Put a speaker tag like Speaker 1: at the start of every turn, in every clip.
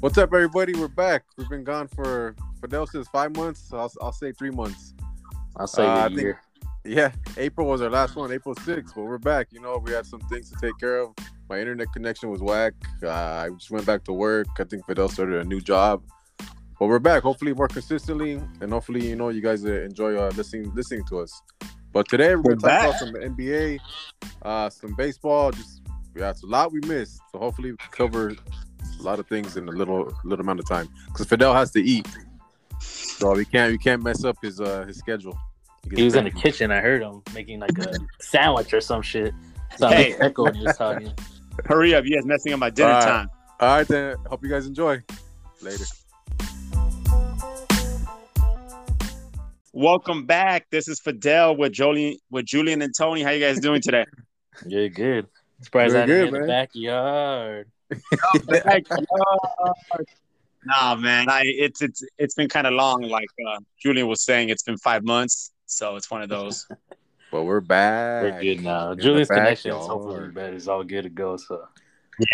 Speaker 1: What's up, everybody? We're back. We've been gone for Fidel says five months. I'll, I'll say three months.
Speaker 2: I'll say
Speaker 1: Uh, I
Speaker 2: a
Speaker 1: think-
Speaker 2: year.
Speaker 1: Yeah, April was our last one, April 6th, but we're back. You know, we had some things to take care of. My internet connection was whack. Uh, I just went back to work. I think Fidel started a new job. But we're back, hopefully more consistently, and hopefully, you know, you guys uh, enjoy uh, listening listening to us. But today we're
Speaker 2: We're
Speaker 1: going to talk about some NBA, uh, some baseball. Just yeah, it's a lot we missed. So hopefully we can cover a lot of things in a little little amount of time. Because Fidel has to eat, so we can't we can't mess up his uh his schedule. gets
Speaker 3: He was in the
Speaker 1: crazy.
Speaker 3: kitchen. I heard him making like a sandwich or some shit. So I
Speaker 4: Hey.
Speaker 3: made echo when he was talking.
Speaker 4: Hurry up, you guys messing up my dinner
Speaker 1: All right.
Speaker 4: time.
Speaker 1: All right, then. Hope you guys enjoy. Later.
Speaker 4: Welcome back. This is Fidel with Julian with Julian and Tony. How you guys doing today?
Speaker 3: You're good. Surprised
Speaker 1: You're
Speaker 3: I didn't
Speaker 1: good,
Speaker 3: in the
Speaker 1: man.
Speaker 3: backyard.
Speaker 4: Like, uh, nah, man. I it's it's it's been kind of long. Like uh, Julian was saying, it's been five months, so it's one of those.
Speaker 1: But we're back.
Speaker 3: We're good now.
Speaker 1: In the
Speaker 3: Julian's
Speaker 1: backyard.
Speaker 3: connection is hopefully better. It's all good to go. So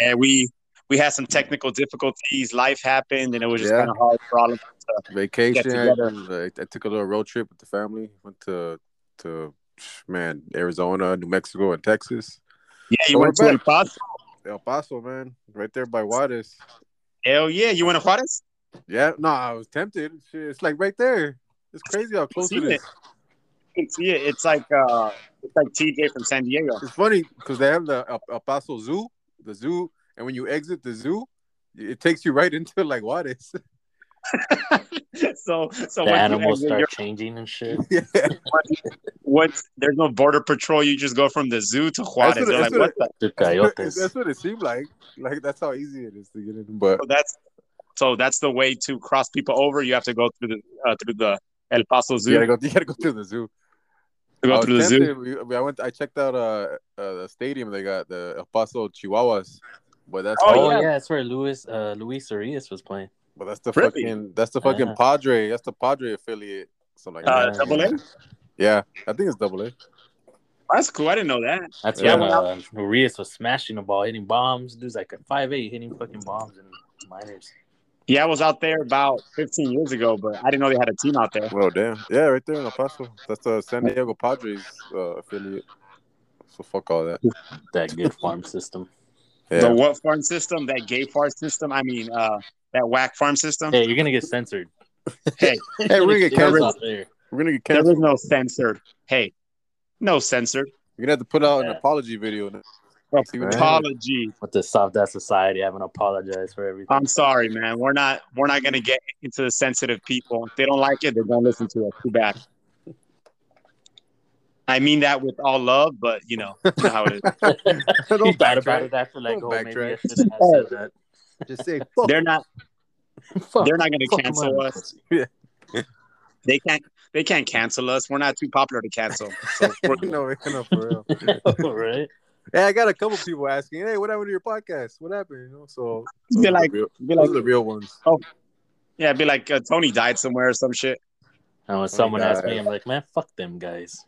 Speaker 4: yeah, we we had some technical difficulties. Life happened, and it was just
Speaker 1: Yeah.
Speaker 4: kind of hard for all of
Speaker 1: Vacation.
Speaker 4: Get
Speaker 1: I, I took a little road trip with the family. Went to to man Arizona, New Mexico, and Texas.
Speaker 4: Yeah, you
Speaker 1: Well,
Speaker 4: went
Speaker 1: we're
Speaker 4: to El Paso.
Speaker 1: El Paso, man, right there by Juarez.
Speaker 4: Hell yeah, you went to Juarez.
Speaker 1: Yeah, no, I was tempted. Shit, it's like right there. It's crazy how close it
Speaker 4: Seen
Speaker 1: is.
Speaker 4: You can see it. It's like uh, it's like TJ from San Diego.
Speaker 1: It's funny because they have the El, El Paso Zoo, the zoo, and when you exit the zoo, it takes you right into like Juarez.
Speaker 4: so so
Speaker 3: the
Speaker 4: once you
Speaker 3: animals
Speaker 4: exit,
Speaker 3: start
Speaker 4: you're
Speaker 3: changing and shit.
Speaker 1: yeah,
Speaker 4: What? There's no border patrol. You just go from the zoo to Juarez.
Speaker 1: That's what-
Speaker 4: They're
Speaker 1: that's
Speaker 4: like,
Speaker 1: what-
Speaker 4: what the?
Speaker 3: The
Speaker 1: that's,
Speaker 3: coyotes.
Speaker 1: what it seemed like. Like that's how easy it is to get in. But
Speaker 4: So that's so that's the way to cross people over. You have to go through the uh, through the El Paso Zoo.
Speaker 1: You gotta go. You gotta go to the zoo. I
Speaker 4: to go
Speaker 1: was
Speaker 4: through the zoo.
Speaker 1: tempted. We- we- I went. I checked out uh, uh the stadium. They got the El Paso Chihuahuas, but that's
Speaker 4: Oh,
Speaker 1: the-
Speaker 3: Oh yeah.
Speaker 4: yeah.
Speaker 3: that's where Luis uh Luis Arias was playing.
Speaker 1: but that's the
Speaker 4: Really?
Speaker 1: fucking that's the fucking
Speaker 3: Yeah.
Speaker 1: Padre. That's the Padre affiliate. So like,
Speaker 4: Uh,
Speaker 3: Yeah.
Speaker 4: double A.
Speaker 1: yeah, I think it's double A.
Speaker 4: That's cool. I didn't know that.
Speaker 3: That's
Speaker 1: Yeah,
Speaker 3: when
Speaker 4: when
Speaker 3: uh, Arias was smashing the ball, hitting bombs. Dude's like a five eight, hitting fucking bombs and minors.
Speaker 4: Yeah, I was out there about 15 years ago, but I didn't know they had a team out there.
Speaker 1: Well, damn, yeah, right there in El Paso. That's the San Diego Padres uh, affiliate. So fuck all that.
Speaker 3: That good farm system.
Speaker 4: The
Speaker 1: Yeah,
Speaker 4: what farm system? That gay farm system? I mean, uh, that whack farm system?
Speaker 3: Hey, you're gonna get censored.
Speaker 4: Hey.
Speaker 1: Hey, we're gonna get
Speaker 3: It was
Speaker 1: canceled.
Speaker 3: out there.
Speaker 1: we're gonna get
Speaker 4: There
Speaker 1: canceled.
Speaker 4: is no censored. Hey, no censored.
Speaker 1: We're gonna have to put out an
Speaker 3: Yeah.
Speaker 1: apology video. now. See what happens.
Speaker 4: Apology.
Speaker 3: with the soft ass society having apologized for everything.
Speaker 4: I'm sorry, man. We're not we're not gonna get into the sensitive people. If they don't like it, they don't listen to us. Too bad. I mean that with all love, but you know, you know how it is.
Speaker 3: he
Speaker 1: Don't
Speaker 3: thought
Speaker 1: backtrack.
Speaker 3: about it after like,
Speaker 1: Don't
Speaker 3: oh, maybe I
Speaker 1: backtrack.
Speaker 3: shouldn't have said that.
Speaker 1: Just say fuck.
Speaker 4: They're not
Speaker 3: Fuck,
Speaker 4: they're not gonna
Speaker 3: fuck
Speaker 4: cancel
Speaker 3: my-
Speaker 4: us. They can't they can't cancel us. We're not too popular to cancel. So we're good.
Speaker 1: no, no, for real.
Speaker 3: Oh, right?
Speaker 1: Hey, I got a couple people asking, hey, what happened to your podcast? What happened? You know, so
Speaker 4: Be
Speaker 1: those are
Speaker 4: like-
Speaker 1: the real,
Speaker 4: be
Speaker 1: those
Speaker 4: like
Speaker 1: are the real ones.
Speaker 4: yeah, be like uh, Tony died somewhere or some shit.
Speaker 3: And when
Speaker 1: my
Speaker 3: someone
Speaker 1: God.
Speaker 3: asked me, I'm like, man, fuck them guys.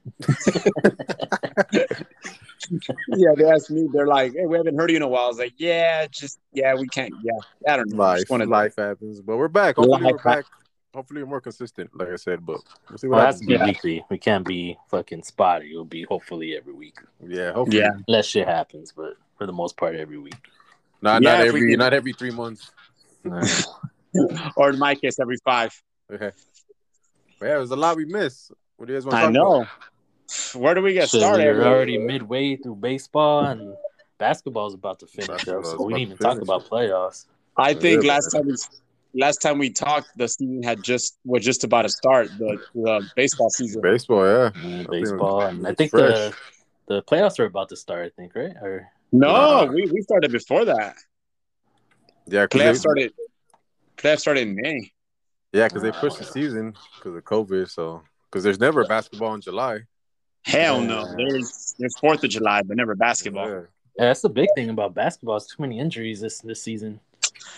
Speaker 4: Yeah, they asked me, they're like, Hey, we haven't heard you in a while. I was like, Yeah, just yeah, we can't yeah. I don't know.
Speaker 1: Life,
Speaker 4: Just wanna-
Speaker 1: life happens, but we're back. Hopefully,
Speaker 4: Life
Speaker 1: we're back. Hopefully, we're more consistent. Like I said, but we'll see what
Speaker 3: Well, that's
Speaker 1: happens.
Speaker 3: be
Speaker 4: Yeah.
Speaker 3: weekly. We can't be fucking spotty. It'll be hopefully every week.
Speaker 1: Yeah, hopefully.
Speaker 4: yeah.
Speaker 3: Less shit happens, but for the most part, every week.
Speaker 1: Not,
Speaker 4: Yeah,
Speaker 1: not
Speaker 4: if we
Speaker 1: every,
Speaker 4: can-
Speaker 1: not every three months.
Speaker 4: Or in my case, every five.
Speaker 1: Okay. But yeah, there's a lot we miss. What do you guys want? to
Speaker 4: I
Speaker 1: talk
Speaker 4: know. Where do we get
Speaker 3: Shit,
Speaker 4: started?
Speaker 3: we're already midway through baseball and basketball's about to finish up,
Speaker 1: Basketball's
Speaker 3: so we
Speaker 1: about
Speaker 3: didn't even
Speaker 1: to
Speaker 3: talk
Speaker 1: finish.
Speaker 3: about playoffs.
Speaker 4: I think
Speaker 1: Yeah.
Speaker 4: last time we last time we talked, the season had just was just about to start the, the baseball season.
Speaker 1: About? Baseball, yeah.
Speaker 3: And
Speaker 1: we're
Speaker 3: baseball, and I
Speaker 1: it's
Speaker 3: think the the playoffs are about to start. I think, right? Or
Speaker 4: No, we, we started before that.
Speaker 1: Yeah, because they,
Speaker 4: Playoffs started. Playoffs started in May.
Speaker 1: yeah, 'cause they pushed the season because of COVID. So, because there's never basketball in July.
Speaker 4: Hell no. There's there's Fourth of July, but never basketball.
Speaker 1: Yeah.
Speaker 3: Yeah, that's the big thing about basketball. Is too many injuries this this season.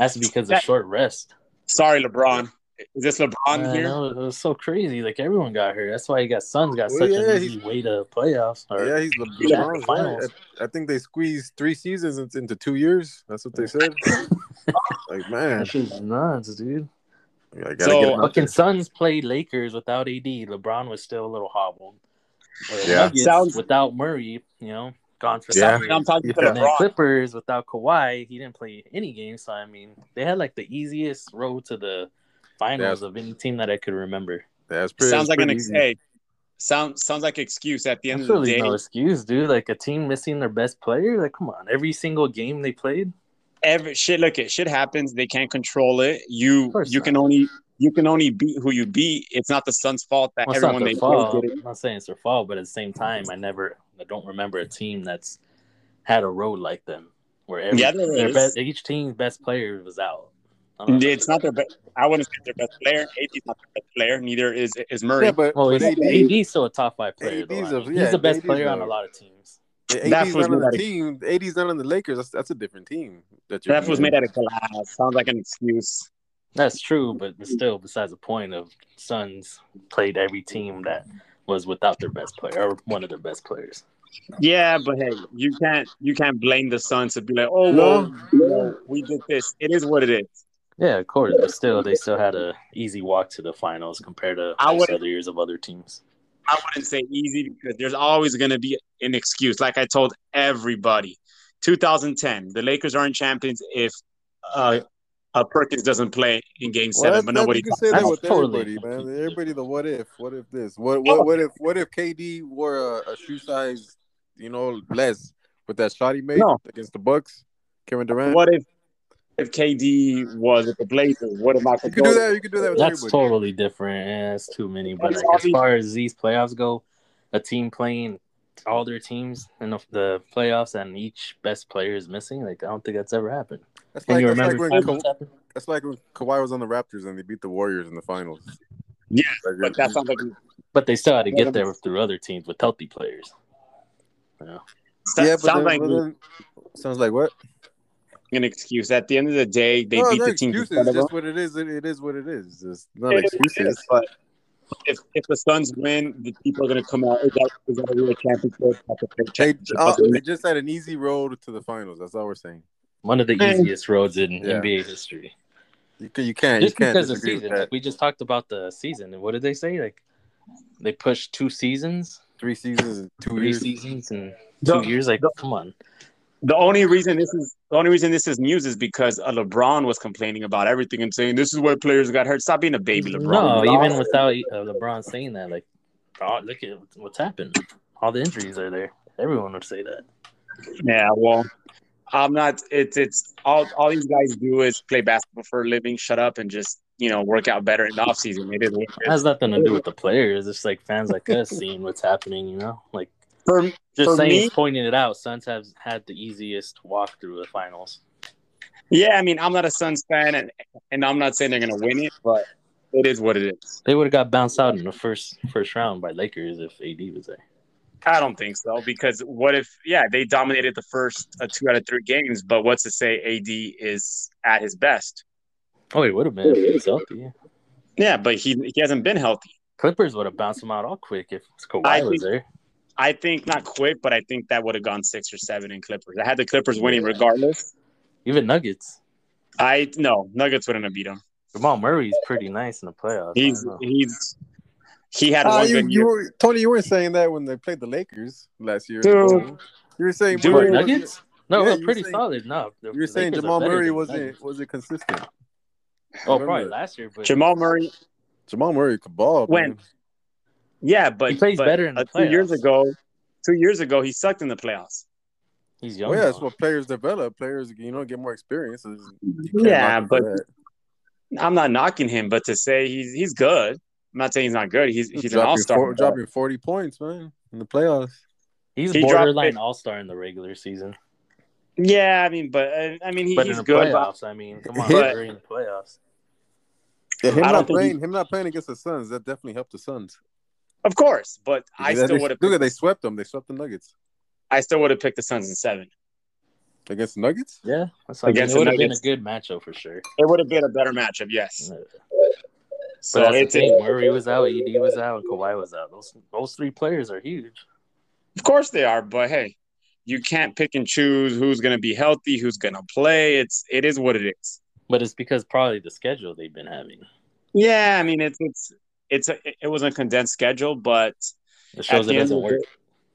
Speaker 3: That's because of
Speaker 4: That-
Speaker 3: short rest.
Speaker 4: Sorry, LeBron. Is this LeBron
Speaker 3: Man,
Speaker 4: here?
Speaker 3: that was- it was so crazy. Like everyone got hurt. That's why you got Suns got
Speaker 1: Well,
Speaker 3: such
Speaker 1: yeah,
Speaker 3: an easy way to playoffs. Or,
Speaker 1: Yeah, he's Le-
Speaker 4: Yeah,
Speaker 1: LeBron's
Speaker 3: finals.
Speaker 1: right. I, I think they squeezed three seasons in- into two years. That's what they said. Like man,
Speaker 3: That shit's nuts, dude.
Speaker 1: I gotta
Speaker 4: So,
Speaker 1: get him out
Speaker 3: Fucking
Speaker 1: there.
Speaker 3: Suns played Lakers without AD. LeBron was still a little hobbled. Or
Speaker 1: Yeah.
Speaker 3: Nuggets
Speaker 4: Sounds-
Speaker 3: without Murray, you know, gone for
Speaker 1: Yeah.
Speaker 3: yeah.
Speaker 4: I'm talking
Speaker 1: Yeah.
Speaker 4: to
Speaker 3: And then
Speaker 4: LeBron.
Speaker 3: Clippers without Kawhi, he didn't play any games. So I mean, they had like the easiest road to the finals of any team that I could remember.
Speaker 1: That's pretty.
Speaker 4: Sounds like an
Speaker 1: pretty
Speaker 4: ex-
Speaker 1: easy.
Speaker 4: hey, sounds sounds like excuse at the end
Speaker 3: That's
Speaker 4: of the
Speaker 3: really
Speaker 4: day.
Speaker 3: no excuse, dude. Like a team missing their best player. Like, come on, every single game they played.
Speaker 4: Every shit, look it, shit happens. They can't control it. You
Speaker 3: Of course
Speaker 4: you
Speaker 3: not.
Speaker 4: can only you can only beat who you beat. It's not the Suns' fault that
Speaker 3: Well, it's not
Speaker 4: everyone
Speaker 3: their
Speaker 4: they play
Speaker 3: fault.
Speaker 4: did it.
Speaker 3: I'm not saying it's their fault, but at the same time, I never, I don't remember a team that's had a road like them where every,
Speaker 4: Yeah, there
Speaker 3: their
Speaker 4: is.
Speaker 3: best, each team's best player was out. I don't know.
Speaker 4: It's not their best. I wouldn't say their best player. AD is not their best player. Neither is is Murray.
Speaker 1: Yeah, but,
Speaker 3: well,
Speaker 1: but
Speaker 3: he's,
Speaker 1: AD,
Speaker 3: AD's still a top five player. though.
Speaker 1: AD's
Speaker 3: I
Speaker 1: a-
Speaker 3: mean,
Speaker 1: yeah,
Speaker 3: he's the best
Speaker 1: AD's
Speaker 3: player on
Speaker 1: a-
Speaker 3: a lot of teams.
Speaker 4: That
Speaker 1: AD's
Speaker 4: was
Speaker 1: not on
Speaker 4: not
Speaker 1: the
Speaker 4: a-
Speaker 1: team. AD's not on the Lakers. That's that's a different team. That you're
Speaker 4: that was
Speaker 1: beating.
Speaker 4: made out of glass. Sounds like an excuse.
Speaker 3: That's true, but still, besides the point of Suns played every team that was without their best player or one of their best players.
Speaker 4: Yeah, but hey, you can't you can't blame the Suns to be like, oh
Speaker 1: No.
Speaker 4: well, you know, we did this. It is what it is.
Speaker 3: Yeah, of course, but still, they still had a easy walk to the finals compared to
Speaker 4: I
Speaker 3: most
Speaker 4: would-
Speaker 3: other years of other teams.
Speaker 4: I wouldn't say easy because there's always going to be an excuse. Like I told everybody, 2010, the Lakers aren't champions if uh, uh, Perkins doesn't play in Game
Speaker 1: Well,
Speaker 4: Seven,
Speaker 1: that's,
Speaker 4: but
Speaker 1: but
Speaker 4: nobody.
Speaker 1: you can say that
Speaker 3: that's
Speaker 1: with
Speaker 3: totally
Speaker 1: everybody, man.
Speaker 3: completely
Speaker 1: Everybody, the what if, what if this, what
Speaker 4: Oh.
Speaker 1: what, what if what if KD wore a, a shoe size, you know, less with that shot he made
Speaker 4: No.
Speaker 1: against the Bucks, Kevin Durant.
Speaker 4: What if if KD was at the Blazers? What if Michael
Speaker 1: You can do
Speaker 4: Jordan?
Speaker 1: that. You can do that with
Speaker 3: That's
Speaker 1: everybody.
Speaker 3: totally different. Yeah, that's too many. But
Speaker 4: That's
Speaker 3: like, as
Speaker 4: obvious.
Speaker 3: far as these playoffs go, a team playing all their teams in the, the playoffs and each best player is missing. Like I don't think that's ever happened.
Speaker 1: That's
Speaker 3: Can
Speaker 1: like,
Speaker 3: you
Speaker 1: that's like
Speaker 3: remember?
Speaker 1: when
Speaker 3: times
Speaker 1: Ka-
Speaker 3: it's happened?
Speaker 1: that's like when Kawhi was on the Raptors and they beat the Warriors in the finals.
Speaker 4: Yeah,
Speaker 1: Like,
Speaker 4: But that sounds like
Speaker 3: But they still had to
Speaker 4: Yeah,
Speaker 3: get
Speaker 4: but-
Speaker 3: there through other teams with healthy players.
Speaker 1: yeah, but
Speaker 4: sounds
Speaker 1: then-
Speaker 4: like
Speaker 1: but then- sounds like what?
Speaker 4: an excuse. At the end of the day, they
Speaker 1: no,
Speaker 4: beat
Speaker 1: it's
Speaker 4: the
Speaker 1: not
Speaker 4: team. in
Speaker 1: excuses.
Speaker 4: front
Speaker 1: It's
Speaker 4: of them.
Speaker 1: just what it is. It, it is what it is. It's not
Speaker 4: It is what it
Speaker 1: excuses.
Speaker 4: is, But if, if the Suns win, the people are going to come out. Is that, is that a real championship? That's a fake
Speaker 1: They,
Speaker 4: championship.
Speaker 1: uh, they just had an easy road to the finals. That's all we're saying.
Speaker 3: One of the
Speaker 4: Man.
Speaker 3: easiest roads in
Speaker 1: Yeah.
Speaker 3: NBA history.
Speaker 1: You, can, you can't.
Speaker 3: Just
Speaker 1: you can't
Speaker 3: because of
Speaker 1: disagree with
Speaker 3: season.
Speaker 1: that.
Speaker 3: Like we just talked about the season. What did they say? Like they pushed two seasons,
Speaker 1: Three seasons and two
Speaker 3: three
Speaker 1: years.
Speaker 3: seasons, and two
Speaker 4: The-
Speaker 3: years. Like come on.
Speaker 4: The only reason this is the only reason this is news is because uh, LeBron was complaining about everything and saying this is where players got hurt. Stop being a baby, LeBron.
Speaker 3: No,
Speaker 4: You
Speaker 3: even
Speaker 4: know?
Speaker 3: without uh, LeBron saying that, like, oh, look at what's happened. All the injuries are there. Everyone would say that.
Speaker 4: yeah. Well, I'm not. It's it's all all these guys do is play basketball for a living. Shut up and just you know work out better in the offseason. It is what
Speaker 3: It
Speaker 4: it is.
Speaker 3: has nothing to do with the players. It's like fans like us seeing what's happening. You know, like
Speaker 4: For,
Speaker 3: just
Speaker 4: For
Speaker 3: saying,
Speaker 4: me-
Speaker 3: pointing it out. Suns have had the easiest walk through the finals.
Speaker 4: yeah, I mean, I'm not a Suns fan, and and I'm not saying they're gonna win it, but it is what it is.
Speaker 3: They would have got bounced out in the first first round by Lakers if AD was there.
Speaker 4: I don't think so because what if yeah they dominated the first uh, two out of three games, but what's to say AD is at his best?
Speaker 3: Oh, he would have been if he was healthy.
Speaker 4: Yeah, but he he hasn't been healthy.
Speaker 3: Clippers would have bounced him out all quick if Kawhi
Speaker 4: I
Speaker 3: was
Speaker 4: think-
Speaker 3: there.
Speaker 4: I think not quick, but I think that would have gone six or seven in Clippers. I had the Clippers winning regardless.
Speaker 3: Even Nuggets.
Speaker 4: I no Nuggets wouldn't have beat him.
Speaker 3: Jamal Murray's pretty nice in the playoffs. I
Speaker 4: He's
Speaker 3: don't know.
Speaker 4: he's he had
Speaker 1: Ah,
Speaker 4: one
Speaker 1: you,
Speaker 4: good
Speaker 1: you
Speaker 4: year.
Speaker 1: were, Tony, you weren't saying that when they played the Lakers last year.
Speaker 4: Dude.
Speaker 1: You were saying
Speaker 4: Dude.
Speaker 3: What,
Speaker 1: Murray was-
Speaker 3: Nuggets? No,
Speaker 1: Yeah,
Speaker 3: we're
Speaker 1: you were
Speaker 3: pretty
Speaker 1: saying-
Speaker 3: solid. No, the
Speaker 1: You were saying
Speaker 3: Lakers are
Speaker 1: Jamal
Speaker 3: better
Speaker 1: Murray
Speaker 3: than
Speaker 1: wasn't
Speaker 3: Nuggets.
Speaker 1: wasn't consistent.
Speaker 3: Oh,
Speaker 1: Remember
Speaker 3: probably
Speaker 1: that.
Speaker 3: last year, but
Speaker 4: Jamal Murray.
Speaker 1: Jamal Murray could ball.
Speaker 4: When?
Speaker 1: man.
Speaker 4: Yeah, but
Speaker 3: He plays
Speaker 4: but,
Speaker 3: better in the
Speaker 4: uh, two years
Speaker 3: playoffs.
Speaker 4: ago. Two years ago, he sucked in the playoffs.
Speaker 3: he's young.
Speaker 1: Well, yeah,
Speaker 3: now.
Speaker 1: that's what players develop. Players, you know, get more experience. You can't
Speaker 4: Yeah,
Speaker 1: knock them
Speaker 4: but
Speaker 1: for
Speaker 4: I'm not knocking him, but to say he's he's good. I'm not saying he's not good. He's
Speaker 1: that.
Speaker 4: he's an
Speaker 1: dropping
Speaker 4: all star.
Speaker 1: four- dropping forty points, man, in the playoffs.
Speaker 3: he's
Speaker 4: he dropped
Speaker 3: borderline
Speaker 4: fif-
Speaker 3: all star in the regular season,
Speaker 4: Yeah, I mean, but uh, I mean, he,
Speaker 3: but in
Speaker 4: he's
Speaker 3: the
Speaker 4: good. but-
Speaker 3: playoffs, I mean, come on,
Speaker 1: But-
Speaker 3: Murray in the playoffs.
Speaker 1: Yeah, him
Speaker 4: I don't
Speaker 1: not
Speaker 4: think he-
Speaker 1: playing, him not playing against the Suns, that definitely helped the Suns.
Speaker 4: of course, but
Speaker 1: They-
Speaker 4: I still
Speaker 1: they-
Speaker 4: would have.
Speaker 1: look at they swept them. They swept the Nuggets
Speaker 4: I still would have picked the Suns in seven.
Speaker 1: against the Nuggets.
Speaker 3: Yeah, that's what I mean.
Speaker 4: Against
Speaker 3: it
Speaker 4: the
Speaker 3: would have been a
Speaker 4: Nuggets.
Speaker 3: good matchup for sure.
Speaker 4: It would have been a better matchup, yes.
Speaker 3: But
Speaker 4: So
Speaker 3: that's the
Speaker 4: it's
Speaker 3: thing. Murray was out, Ed was out, and Kawhi was out. Those those three players are huge.
Speaker 4: of course they are, but hey, you can't pick and choose who's going to be healthy, who's going to play. It's it is what it is.
Speaker 3: But it's because probably the schedule they've been having.
Speaker 4: Yeah, I mean it's it's it's a, it was a condensed schedule, but
Speaker 3: It shows
Speaker 4: the
Speaker 3: it
Speaker 4: end
Speaker 3: doesn't
Speaker 4: of
Speaker 3: work.
Speaker 4: it-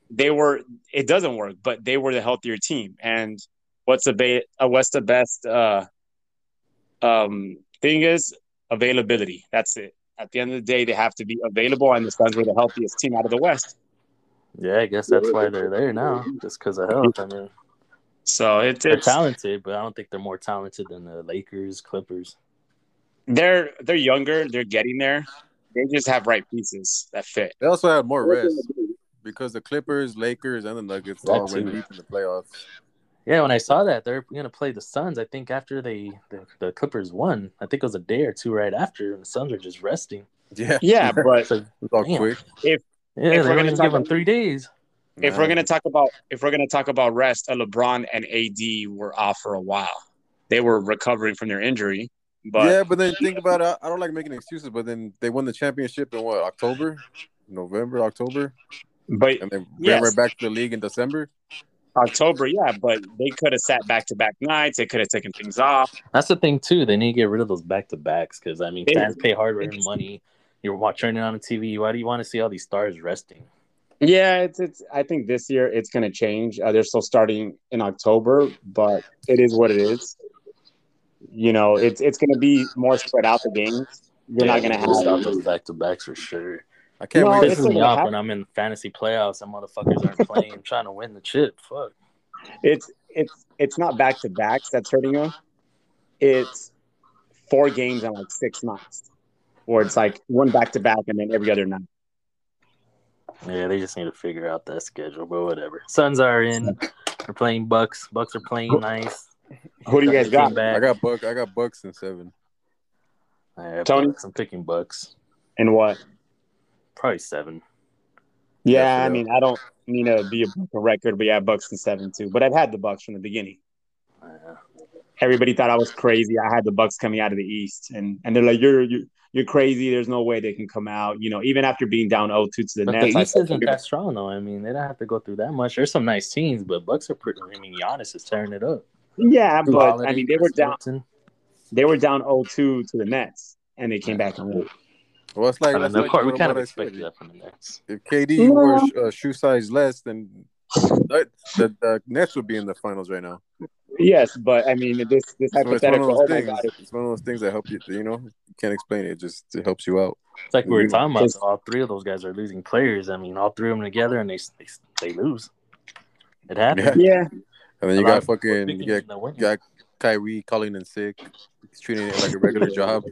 Speaker 4: they were it doesn't work, but they were the healthier team. And what's the ba- uh, what's the best uh, um, thing is availability. That's it. At the end of the day, they have to be available, and the Suns were the healthiest team out of the West.
Speaker 3: Yeah, I guess that's why they're there now, just because of health. I mean,
Speaker 4: So it's
Speaker 3: they're
Speaker 4: it's
Speaker 3: talented, but I don't think they're more talented than the Lakers, Clippers.
Speaker 4: they're they're younger, they're getting there. They just have right pieces that fit.
Speaker 1: They also had more rest because the Clippers, Lakers, and the Nuggets
Speaker 3: That
Speaker 1: all went
Speaker 3: too.
Speaker 1: deep in the playoffs.
Speaker 3: Yeah, when I saw that they're gonna play the Suns, I think after they the, the Clippers won, I think it was a day or two right after, and the Suns are just resting.
Speaker 1: Yeah,
Speaker 4: Yeah, but
Speaker 3: So
Speaker 1: it was all
Speaker 3: Damn.
Speaker 1: quick.
Speaker 3: yeah,
Speaker 4: If
Speaker 3: they're
Speaker 4: we're
Speaker 3: gonna
Speaker 4: gonna talk
Speaker 3: give them
Speaker 4: about-
Speaker 3: three days.
Speaker 4: if we're gonna talk about if we're gonna talk about rest, uh, LeBron and AD were off for a while. They were recovering from their injury, but
Speaker 1: yeah, but then think about it. I- I don't like making excuses, but then they won the championship in what October, November, October,
Speaker 4: but
Speaker 1: and then
Speaker 4: Yes.
Speaker 1: ran right back to the league in December.
Speaker 4: October, yeah, but they could have sat back to back nights. They could have taken things off.
Speaker 3: That's the thing too. They need to get rid of those back to backs because I mean,
Speaker 4: They-
Speaker 3: fans pay hard earned money. You're wa- turning on the TV. Why do you want to see all these stars resting?
Speaker 4: Yeah, it's, it's I think this year it's going to change. Uh, they're still starting in October, but it is what it is. You know, it's it's going to be more spread out the games. You're not going to have
Speaker 3: stop those back to backs for sure.
Speaker 1: I can't
Speaker 4: No,
Speaker 1: wait.
Speaker 4: it's
Speaker 3: Pisses
Speaker 4: not
Speaker 3: me
Speaker 4: gonna
Speaker 3: off
Speaker 4: happen.
Speaker 3: when I'm in fantasy playoffs and motherfuckers aren't playing. I'm trying to win the chip. Fuck.
Speaker 4: it's it's it's not back to backs that's hurting them. It's four games in like six nights, where it's like one back to back and then every other night.
Speaker 3: Yeah, they just need to figure out that schedule. But whatever. Suns are in. They're playing Bucks. Bucks are playing nice.
Speaker 4: Who do you guys got?
Speaker 1: I got buck. I got bucks in seven.
Speaker 4: Tony?
Speaker 3: Tony. Bucks. I'm picking Bucks.
Speaker 4: And what?
Speaker 3: Probably seven.
Speaker 4: Yeah, I
Speaker 1: Definitely.
Speaker 4: mean, I don't mean to be a broken record, but yeah, Bucks and seven too. But I've had the Bucks from the beginning.
Speaker 3: Uh,
Speaker 4: Everybody thought I was crazy. I had the Bucks coming out of the East, and and they're like, "You're you're, you're crazy. There's no way they can come out." You know, even after being down 0-2 to the
Speaker 3: but
Speaker 4: Nets,
Speaker 3: the
Speaker 4: I
Speaker 3: East
Speaker 4: thought,
Speaker 3: isn't that strong though. I mean, they don't have to go through that much. There's some nice teams, but Bucks are pretty. I mean, Giannis is tearing it up.
Speaker 4: yeah, but I
Speaker 3: Holiday,
Speaker 4: mean, they were
Speaker 3: Chris
Speaker 4: down
Speaker 3: Middleton.
Speaker 4: they were down 0-2 to the Nets, and they came back and won.
Speaker 1: Well, it's like,
Speaker 3: I mean,
Speaker 1: that's
Speaker 3: of
Speaker 1: like
Speaker 3: course, we
Speaker 1: what
Speaker 3: kind of
Speaker 1: I
Speaker 3: expected
Speaker 1: said.
Speaker 3: that from the Nets.
Speaker 1: If KD
Speaker 4: Yeah.
Speaker 1: wore a sh- a shoe size less, then the, the, the Nets would be in the finals right now.
Speaker 4: Yes, but I mean, this this
Speaker 1: So it's one of
Speaker 4: hypothetical.
Speaker 1: those
Speaker 4: Oh my
Speaker 1: things.
Speaker 4: god,
Speaker 1: It's one of those things that help you. You know, you can't explain it. It just it helps you out.
Speaker 3: It's like we were
Speaker 1: Yeah.
Speaker 3: talking about.
Speaker 4: Just-
Speaker 3: All three of those guys are losing players. I mean, all three of them together, and they they, they lose. It happens.
Speaker 1: Yeah.
Speaker 4: yeah,
Speaker 1: And then you
Speaker 3: A lot
Speaker 1: got
Speaker 3: of
Speaker 1: fucking
Speaker 3: Big
Speaker 1: you
Speaker 3: teams
Speaker 1: got,
Speaker 3: in the winning.
Speaker 1: got Kyrie calling in sick. He's treating it like a regular job.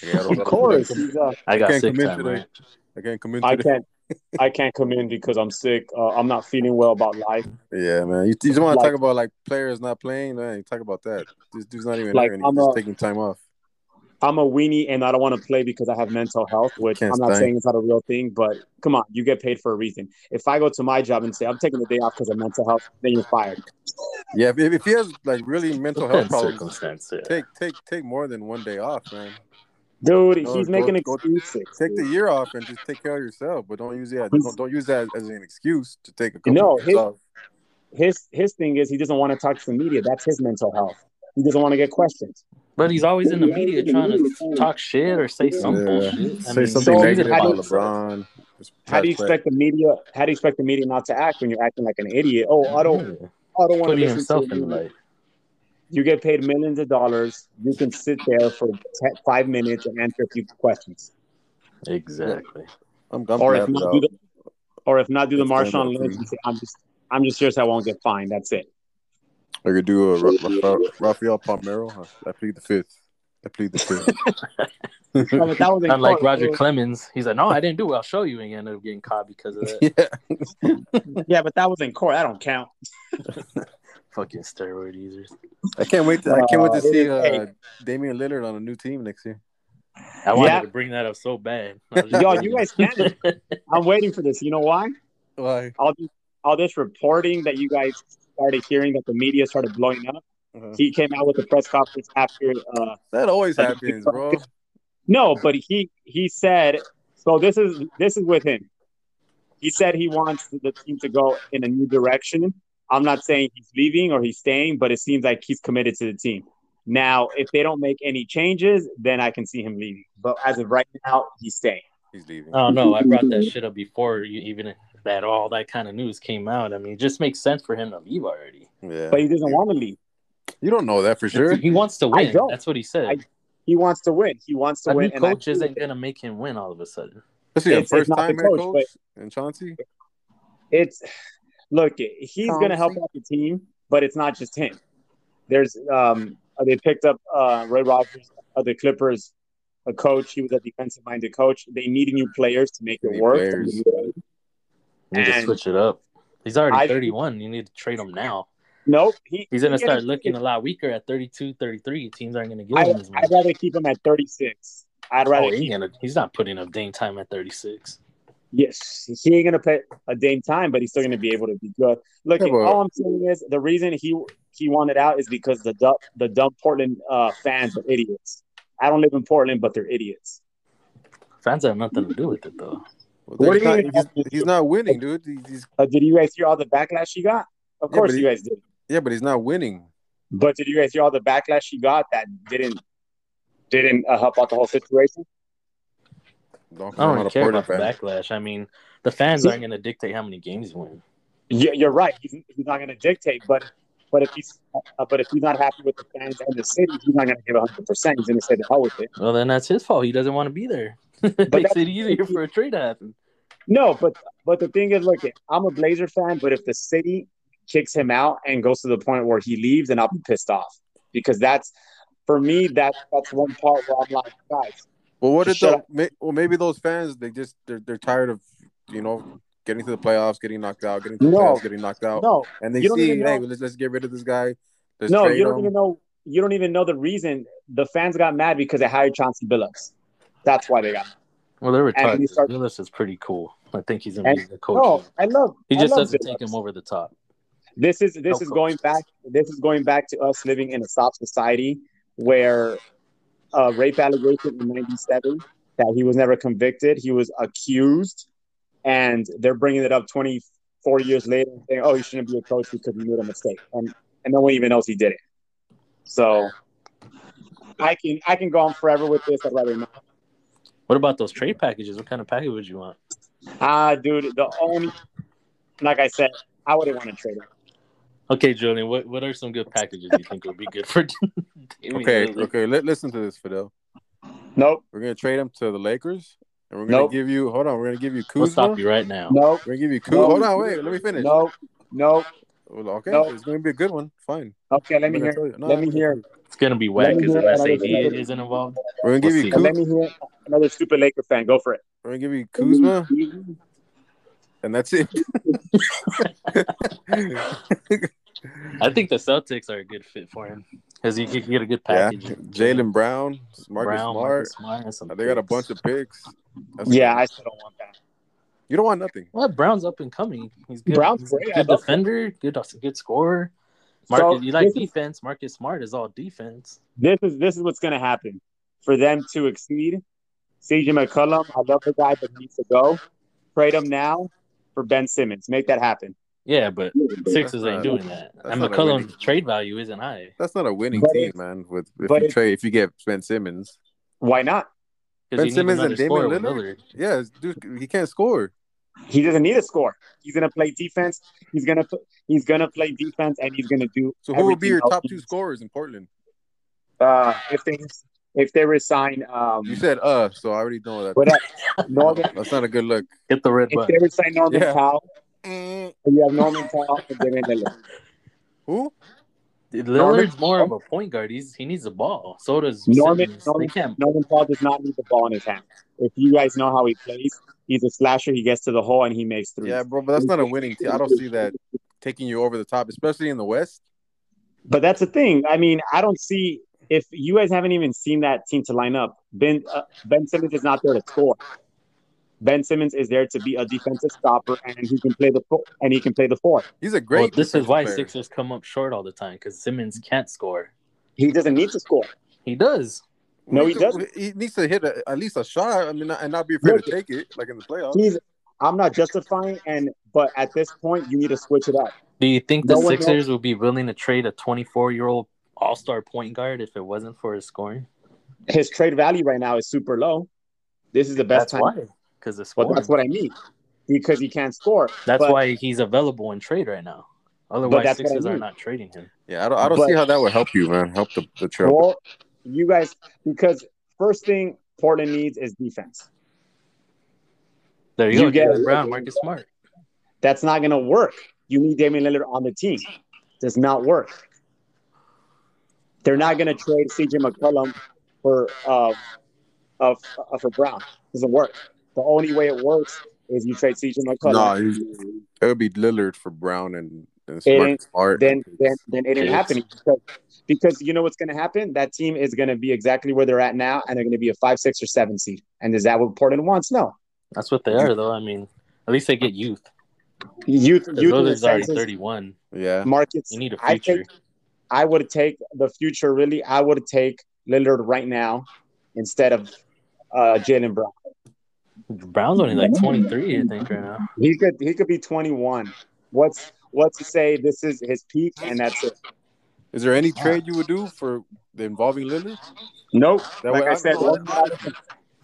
Speaker 1: Like, I don't
Speaker 4: of
Speaker 1: know.
Speaker 4: course. he's, uh,
Speaker 3: I got
Speaker 1: can't
Speaker 3: sick
Speaker 1: commit
Speaker 3: time,
Speaker 1: to that.
Speaker 3: right?
Speaker 1: I can't come into
Speaker 4: I
Speaker 1: the-
Speaker 4: can't I can't come in because I'm sick. Uh, I'm not feeling well about life.
Speaker 1: Yeah, man. You, you just want to
Speaker 4: Like-
Speaker 1: talk about like players not playing. Man, you talk about that. This dude's not even
Speaker 4: Like,
Speaker 1: there, and
Speaker 4: I'm
Speaker 1: he's just
Speaker 4: a-
Speaker 1: taking time off.
Speaker 4: I'm a weenie and I don't want to play because I have mental health, which
Speaker 1: Can't
Speaker 4: I'm not
Speaker 1: stand.
Speaker 4: saying it's not a real thing, but come on, you get paid for a reason. If I go to my job and say I'm taking the day off because of mental health, then you're fired.
Speaker 1: Yeah, if, if he has like really mental health
Speaker 3: Depends
Speaker 1: problems,
Speaker 3: circumstance, yeah.
Speaker 1: take take take more than one day off, man.
Speaker 4: Dude,
Speaker 1: No,
Speaker 4: he's
Speaker 1: Oh, go-
Speaker 4: making
Speaker 1: go-
Speaker 4: excuses.
Speaker 1: Take the year off and just take care of yourself, but don't use that.
Speaker 4: He's-
Speaker 1: Don't, don't use that as an excuse to take a couple
Speaker 4: No,
Speaker 1: days
Speaker 4: his-
Speaker 1: off.
Speaker 4: His his thing is he doesn't want to talk to the media. That's his mental health. He doesn't want to get questions.
Speaker 3: But he's always in the media trying to talk shit or say some
Speaker 1: Yeah.
Speaker 3: bullshit. I
Speaker 1: Say
Speaker 3: mean,
Speaker 1: something
Speaker 4: so
Speaker 3: he's
Speaker 1: negative
Speaker 3: a
Speaker 1: about
Speaker 3: boss.
Speaker 1: LeBron. Just
Speaker 4: How do you
Speaker 1: try to
Speaker 4: expect the media? How do you expect the media not to act when you're acting like an idiot? Oh, I don't,
Speaker 3: Yeah.
Speaker 4: I don't want to
Speaker 3: Putting
Speaker 4: listen
Speaker 3: himself
Speaker 4: to the
Speaker 3: in the
Speaker 4: media.
Speaker 3: light.
Speaker 4: You get paid millions of dollars. You can sit there for te- five minutes and answer a few questions,
Speaker 3: Exactly.
Speaker 1: I'm, I'm
Speaker 4: or
Speaker 1: glad
Speaker 4: if not,
Speaker 1: about-
Speaker 4: do the, or if not, do the
Speaker 1: It's done
Speaker 4: Marshawn
Speaker 1: with
Speaker 4: Lynch
Speaker 1: him.
Speaker 4: and say, "I'm just, I'm just serious. I won't get fined. That's it."
Speaker 1: I could do a Ra- Ra- Rafael Palmero. I- I plead the fifth. I plead the fifth.
Speaker 4: No, but that was in
Speaker 3: Unlike
Speaker 4: court.
Speaker 3: Roger Clemens, he's like, no, I didn't do it. I'll show you. And he ended up getting caught because of that.
Speaker 1: yeah,
Speaker 4: yeah, but that was in court. I don't count.
Speaker 3: Fucking steroid users.
Speaker 1: I can't wait. To, I can't wait to
Speaker 4: Uh,
Speaker 1: see
Speaker 4: hey.
Speaker 1: uh, Damian Lillard on a new team next year.
Speaker 3: I wanted
Speaker 4: Yeah.
Speaker 3: to bring that up so bad.
Speaker 4: Yo, you guys can't. I'm waiting for this. You know why?
Speaker 1: Why?
Speaker 4: All this, all this reporting that you guys started hearing that the media started blowing up. He came out with a press conference after. Uh,
Speaker 1: Uh-huh. That always
Speaker 4: Like,
Speaker 1: happens, bro.
Speaker 4: No, but he he said so. This is this is with him. He said he wants the team to go in a new direction, I'm not saying he's leaving or he's staying, but it seems like he's committed to the team. Now, if they don't make any changes, then I can see him leaving. But as of right now, he's staying.
Speaker 1: He's leaving.
Speaker 4: uh,
Speaker 3: I don't know. I brought that shit up before you even that all that kind of news came out. I mean, it just makes sense for him to leave already.
Speaker 1: yeah.
Speaker 4: But he doesn't want to leave.
Speaker 1: you don't know that for sure.
Speaker 3: He wants to
Speaker 4: I
Speaker 3: win.
Speaker 4: don't.
Speaker 3: That's what he said.
Speaker 4: I He wants to win. He wants to
Speaker 3: a new
Speaker 4: win. I
Speaker 3: coach
Speaker 4: feel
Speaker 3: isn't
Speaker 4: it.
Speaker 3: gonna make him win all of a sudden.
Speaker 1: Especially a
Speaker 4: It's- it's
Speaker 1: first
Speaker 4: not the
Speaker 1: time coach,
Speaker 4: coach,
Speaker 1: coach and Chauncey.
Speaker 4: it's look he's going to help out the team but it's not just him there's um they picked up uh ray rogers of the clippers a coach he was a defensive minded coach they need new players to make
Speaker 1: They
Speaker 4: it
Speaker 1: need
Speaker 4: work
Speaker 1: players.
Speaker 3: You need to
Speaker 4: And-
Speaker 3: switch it up. He's already
Speaker 4: I-
Speaker 3: 31. You need to trade him now.
Speaker 4: nope he,
Speaker 3: He's gonna
Speaker 4: he-
Speaker 3: start looking a lot weaker at 32, 33. Teams aren't gonna give
Speaker 4: I,
Speaker 3: him as much.
Speaker 4: i'd rather keep him at 36 i'd rather
Speaker 3: Oh, he
Speaker 4: keep,
Speaker 3: ain't gonna, he's not putting up Dame time at 36.
Speaker 4: yes he ain't going to play a dame time but he's still going to be able to be good look
Speaker 1: Yeah, but-
Speaker 4: all i'm saying is the reason he he wanted out is because the dumb, the dumb portland uh, fans are idiots i don't live in portland but they're idiots
Speaker 3: Fans have nothing to do with it though.
Speaker 1: Well,
Speaker 4: What
Speaker 1: there's
Speaker 4: do you
Speaker 1: not-
Speaker 4: mean?
Speaker 1: he's, he's not winning, dude. He- he's
Speaker 4: Uh, did you guys hear all the backlash she got? Of
Speaker 1: Yeah,
Speaker 4: course
Speaker 1: but
Speaker 4: you
Speaker 1: he-
Speaker 4: guys did.
Speaker 1: yeah, but he's not winning.
Speaker 4: But did you guys hear all the backlash she got that didn't didn't uh, help out the whole situation?
Speaker 1: Don't
Speaker 3: I don't
Speaker 1: come out
Speaker 3: really
Speaker 1: of
Speaker 3: care
Speaker 1: Portland
Speaker 3: about the
Speaker 1: fan.
Speaker 3: backlash. I mean, the fans
Speaker 4: See-
Speaker 3: aren't gonna dictate how many games you win.
Speaker 4: You, you're right. He's, he's not going to dictate, but but if he's uh, but if he's not happy with the fans and the city, he's not going to give 100. percent He's going to say the hell with it.
Speaker 3: Well, then that's his fault. He doesn't want to be there. it makes
Speaker 4: that's-
Speaker 3: it easier for a trade to happen.
Speaker 4: No, but but the thing is, look, I'm a Blazer fan, but if the city kicks him out and goes to the point where he leaves, then I'll be pissed off because that's for me that that's one part where I'm like, guys,
Speaker 1: Well, what if
Speaker 4: Just shut
Speaker 1: the, may, well maybe those fans they just they're, they're tired of you know getting to the playoffs, getting knocked out, getting to the
Speaker 4: No.
Speaker 1: playoffs, getting knocked out,
Speaker 4: no,
Speaker 1: and they
Speaker 4: You don't
Speaker 1: see
Speaker 4: even
Speaker 1: hey
Speaker 4: know-
Speaker 1: let's let's get rid of this guy. Let's
Speaker 4: no,
Speaker 1: trade
Speaker 4: you don't
Speaker 1: him.
Speaker 4: even know. You don't even know the reason the fans got mad because they hired Chauncey Billups. That's why they got. Mad.
Speaker 3: Well, they're
Speaker 4: And he
Speaker 3: retarded.
Speaker 4: starts-
Speaker 3: Willis is pretty cool. I think he's gonna be the coach.
Speaker 4: No, I love.
Speaker 3: Oh, he
Speaker 4: I
Speaker 3: just
Speaker 4: love
Speaker 3: doesn't
Speaker 4: Billups.
Speaker 3: take him over the top.
Speaker 4: This is this
Speaker 3: No
Speaker 4: is going
Speaker 3: coach.
Speaker 4: back. This is going back to us living in a soft society where uh, rape allegation in '97 that he was never convicted. He was accused, and they're bringing it up 24 years later and saying, "Oh, he shouldn't be a coach because he made a mistake," and and no one even knows he did it. So. I can I can go on forever with this. I'd rather not.
Speaker 3: What about those trade packages? What kind of package would you want?
Speaker 4: Ah, dude, the only like I said, I wouldn't want to trade him.
Speaker 3: Okay, Julian, what, what are some good packages you think would be good for Damian
Speaker 1: Okay,
Speaker 3: Lillard?
Speaker 1: okay. Let, listen to this, Fidel.
Speaker 4: Nope,
Speaker 1: We're gonna trade him to the Lakers, and we're gonna
Speaker 4: Nope.
Speaker 1: give you. Hold on, we're gonna give you Kuzma.
Speaker 3: We'll stop you right now.
Speaker 4: nope,
Speaker 1: We're gonna give you Kuzma.
Speaker 4: No.
Speaker 1: Hold on, wait. Let me finish.
Speaker 4: nope, nope.
Speaker 1: Well, okay,
Speaker 4: No.
Speaker 1: it's gonna be a good one. Fine.
Speaker 4: Okay, let
Speaker 1: I'm
Speaker 4: me
Speaker 1: gonna
Speaker 4: hear.
Speaker 1: tell you. No,
Speaker 4: let
Speaker 1: I'm
Speaker 4: me
Speaker 1: gonna
Speaker 4: hear.
Speaker 1: tell you.
Speaker 3: It's gonna be whack
Speaker 4: Let me
Speaker 3: because
Speaker 4: hear
Speaker 3: unless
Speaker 4: another
Speaker 3: AD
Speaker 4: thing.
Speaker 3: isn't involved.
Speaker 1: We're gonna give
Speaker 3: We'll
Speaker 1: you
Speaker 3: see.
Speaker 1: Kuz-
Speaker 4: Let me hear another stupid Laker fan. Go for it.
Speaker 1: We're gonna give you Kuzma, and that's it.
Speaker 3: I think the Celtics are a good fit for him because you could get a good
Speaker 1: yeah,
Speaker 3: package.
Speaker 1: Jalen Brown, Marcus Smart.
Speaker 3: Brown,
Speaker 1: Uh,
Speaker 3: Marcus Smart, and some
Speaker 1: They got a
Speaker 3: picks.
Speaker 1: bunch of picks. That's
Speaker 4: Yeah,
Speaker 1: fine.
Speaker 4: I still don't want that.
Speaker 1: you don't want nothing.
Speaker 3: Well, Brown's up and coming. He's good.
Speaker 4: Brown's
Speaker 3: He's a
Speaker 4: great. I
Speaker 3: Good
Speaker 4: love him.
Speaker 3: defender. Good, good scorer.
Speaker 4: So,
Speaker 3: Marcus, you like
Speaker 4: this is-
Speaker 3: defense? Marcus Smart is all defense.
Speaker 4: This is this is what's gonna happen for them to exceed. CJ McCollum, I love the guy, but he needs to go. Trade him now for Ben Simmons. Make that happen.
Speaker 3: Yeah, but Sixers ain't
Speaker 1: not-
Speaker 3: doing that. And
Speaker 1: not a
Speaker 3: McCollum's
Speaker 1: winning-
Speaker 3: trade value isn't high
Speaker 1: That's not a winning
Speaker 4: But
Speaker 1: team,
Speaker 4: it's-
Speaker 1: man. With if
Speaker 4: but
Speaker 1: you
Speaker 4: it's-
Speaker 1: trade, if you get Ben Simmons,
Speaker 4: Why not?
Speaker 1: Ben
Speaker 3: because he needs
Speaker 1: Simmons
Speaker 3: another
Speaker 1: and Damian
Speaker 3: scorer with
Speaker 1: Lillard?
Speaker 3: Lillard.
Speaker 1: yeah, this dude, he can't score.
Speaker 4: He doesn't need a score. He's gonna play defense. He's gonna he's gonna play defense, and he's gonna do.
Speaker 1: So who will be
Speaker 4: everything
Speaker 1: your
Speaker 4: else
Speaker 1: top
Speaker 4: he
Speaker 1: two
Speaker 4: needs.
Speaker 1: scorers in Portland?
Speaker 4: Uh, if they if they resign, um,
Speaker 1: You said uh, so I already know that.
Speaker 4: what Northern,
Speaker 1: That's not a good look.
Speaker 3: Hit the red
Speaker 4: if they
Speaker 3: button.
Speaker 4: resign Northern
Speaker 1: Yeah.
Speaker 4: Powell,
Speaker 1: Mm,
Speaker 4: you have Norman Powell and Damian Lillard.
Speaker 1: Who?
Speaker 3: Lillard's more of a point guard. He's he needs the ball. So does
Speaker 4: Norman-
Speaker 3: Simmons.
Speaker 4: Norman-
Speaker 3: They can't.
Speaker 4: Norman Powell does not need the ball in his hand. If you guys know how he plays, he's a slasher. He gets to the hole and he makes threes.
Speaker 1: Yeah, bro, but that's not a winning team. I don't see that taking you over the top, especially in the West.
Speaker 4: But that's the thing. I mean, I don't see if you guys haven't even seen that team to line up. Ben uh, Ben Simmons is not there to score. Ben Simmons is there to be a defensive stopper, and he can play the four, and he can play the four.
Speaker 1: He's a great.
Speaker 3: Well, this is
Speaker 1: defensive
Speaker 3: why
Speaker 1: player.
Speaker 3: Sixers come up short all the time because Simmons can't score.
Speaker 4: He doesn't need to score.
Speaker 3: He does.
Speaker 1: We
Speaker 4: No,
Speaker 1: need
Speaker 4: he
Speaker 1: to-
Speaker 4: doesn't.
Speaker 1: He needs to hit a, at least a shot. I mean, and not be afraid
Speaker 4: Look-
Speaker 1: to take it, like in the playoffs.
Speaker 4: He's I'm not justifying, and but at this point, you need to switch it up.
Speaker 3: Do you think the
Speaker 4: No one
Speaker 3: Sixers would be willing to trade a 24 year old All Star point guard if it wasn't for his scoring?
Speaker 4: His trade value right now is super low. This is the
Speaker 3: that's
Speaker 4: best time.
Speaker 3: why, because the
Speaker 4: But
Speaker 3: scoring.
Speaker 4: that's what I mean because he can't score.
Speaker 3: That's
Speaker 4: but-
Speaker 3: why he's available in trade right now. Otherwise,
Speaker 4: that's what I
Speaker 3: Sixers are
Speaker 4: mean.
Speaker 3: not trading him.
Speaker 1: Yeah, I don't, I don't see
Speaker 4: But-
Speaker 1: how that would help you, man. Help the, the trail.
Speaker 4: Well, you guys, because first thing Portland needs is defense.
Speaker 3: There you,
Speaker 4: You
Speaker 3: go,
Speaker 4: get-
Speaker 3: Jalen Brown, Marcus Smart.
Speaker 4: That's not going to work. You need Damian Lillard on the team. Does not work. They're not going to trade CJ McCollum for uh, of uh, for Brown. Doesn't work. The only way it works is you trade CJ McCollum.
Speaker 1: No, you- it would be Lillard for Brown and, and Smart.
Speaker 4: ain't-
Speaker 1: Smart.
Speaker 4: then then then it ain't
Speaker 3: Yes.
Speaker 4: happening because, because you know what's going to happen. That team is going to be exactly where they're at now, and they're going to be a five, six, or seven seed. And is that what Portland wants? No,
Speaker 3: That's what they are, though. I mean, at least they get youth.
Speaker 4: youth,
Speaker 3: Because
Speaker 4: youth in the
Speaker 3: Lillard's already
Speaker 4: sense is
Speaker 3: 31.
Speaker 1: yeah,
Speaker 4: markets.
Speaker 3: You need a
Speaker 4: I think-
Speaker 3: future.
Speaker 4: I would take the future. Really, I would take Lillard right now instead of uh, Jalen Brown.
Speaker 3: Brown's only
Speaker 4: Mm-hmm.
Speaker 3: like 23, I think, right now.
Speaker 4: He could he could be 21. What's what to say? This is his peak, and that's it.
Speaker 1: is there any trade you would do for involving Lillard?
Speaker 4: Nope.
Speaker 1: That
Speaker 4: like
Speaker 1: way-
Speaker 4: I said,
Speaker 1: no,
Speaker 4: the only-
Speaker 1: That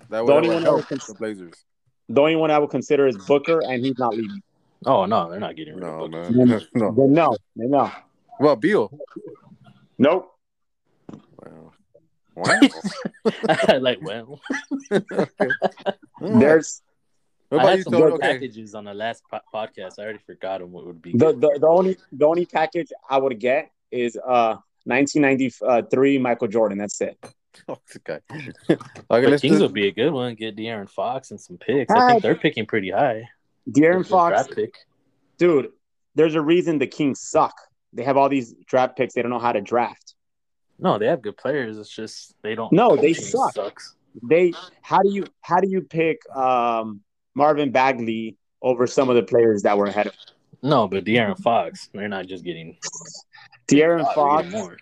Speaker 4: The
Speaker 1: would,
Speaker 4: only
Speaker 1: that
Speaker 4: one
Speaker 1: would
Speaker 4: that
Speaker 1: help
Speaker 4: would cons-
Speaker 1: the Blazers.
Speaker 4: the only one I would consider is Booker, and he's not leaving.
Speaker 3: Oh, no, they're not getting rid
Speaker 1: No,
Speaker 3: of Booker.
Speaker 1: man, no.
Speaker 4: Then no, then no,
Speaker 1: Well, Beal.
Speaker 4: nope.
Speaker 1: Wow. Wow.
Speaker 3: like, well,
Speaker 4: There's
Speaker 1: what
Speaker 3: I
Speaker 1: about
Speaker 3: had
Speaker 1: you,
Speaker 3: some
Speaker 1: Tony?
Speaker 3: good
Speaker 1: Okay,
Speaker 3: packages on the last po- podcast. I already forgot them what would be.
Speaker 4: the,
Speaker 3: good.
Speaker 4: the the only the only package I would get is uh 1993 Michael Jordan. That's it.
Speaker 1: okay. okay
Speaker 3: But
Speaker 1: let's
Speaker 3: Kings
Speaker 1: do,
Speaker 3: would be a good one. Get De'Aaron Fox and some picks. I
Speaker 4: Ah,
Speaker 3: think they're picking pretty high.
Speaker 4: De'Aaron
Speaker 3: Their
Speaker 4: Fox,
Speaker 3: draft pick.
Speaker 4: dude. There's a reason the Kings suck. They have all these draft picks. They don't know how to draft.
Speaker 3: No, they have good players. It's just they don't.
Speaker 4: No, they
Speaker 3: coaching
Speaker 4: suck.
Speaker 3: Sucks.
Speaker 4: They how do you how do you pick um Marvin Bagley over some of the players that were ahead of
Speaker 3: No, but De'Aaron Fox, they're not just getting. they're
Speaker 4: De'Aaron Fox?
Speaker 3: getting more.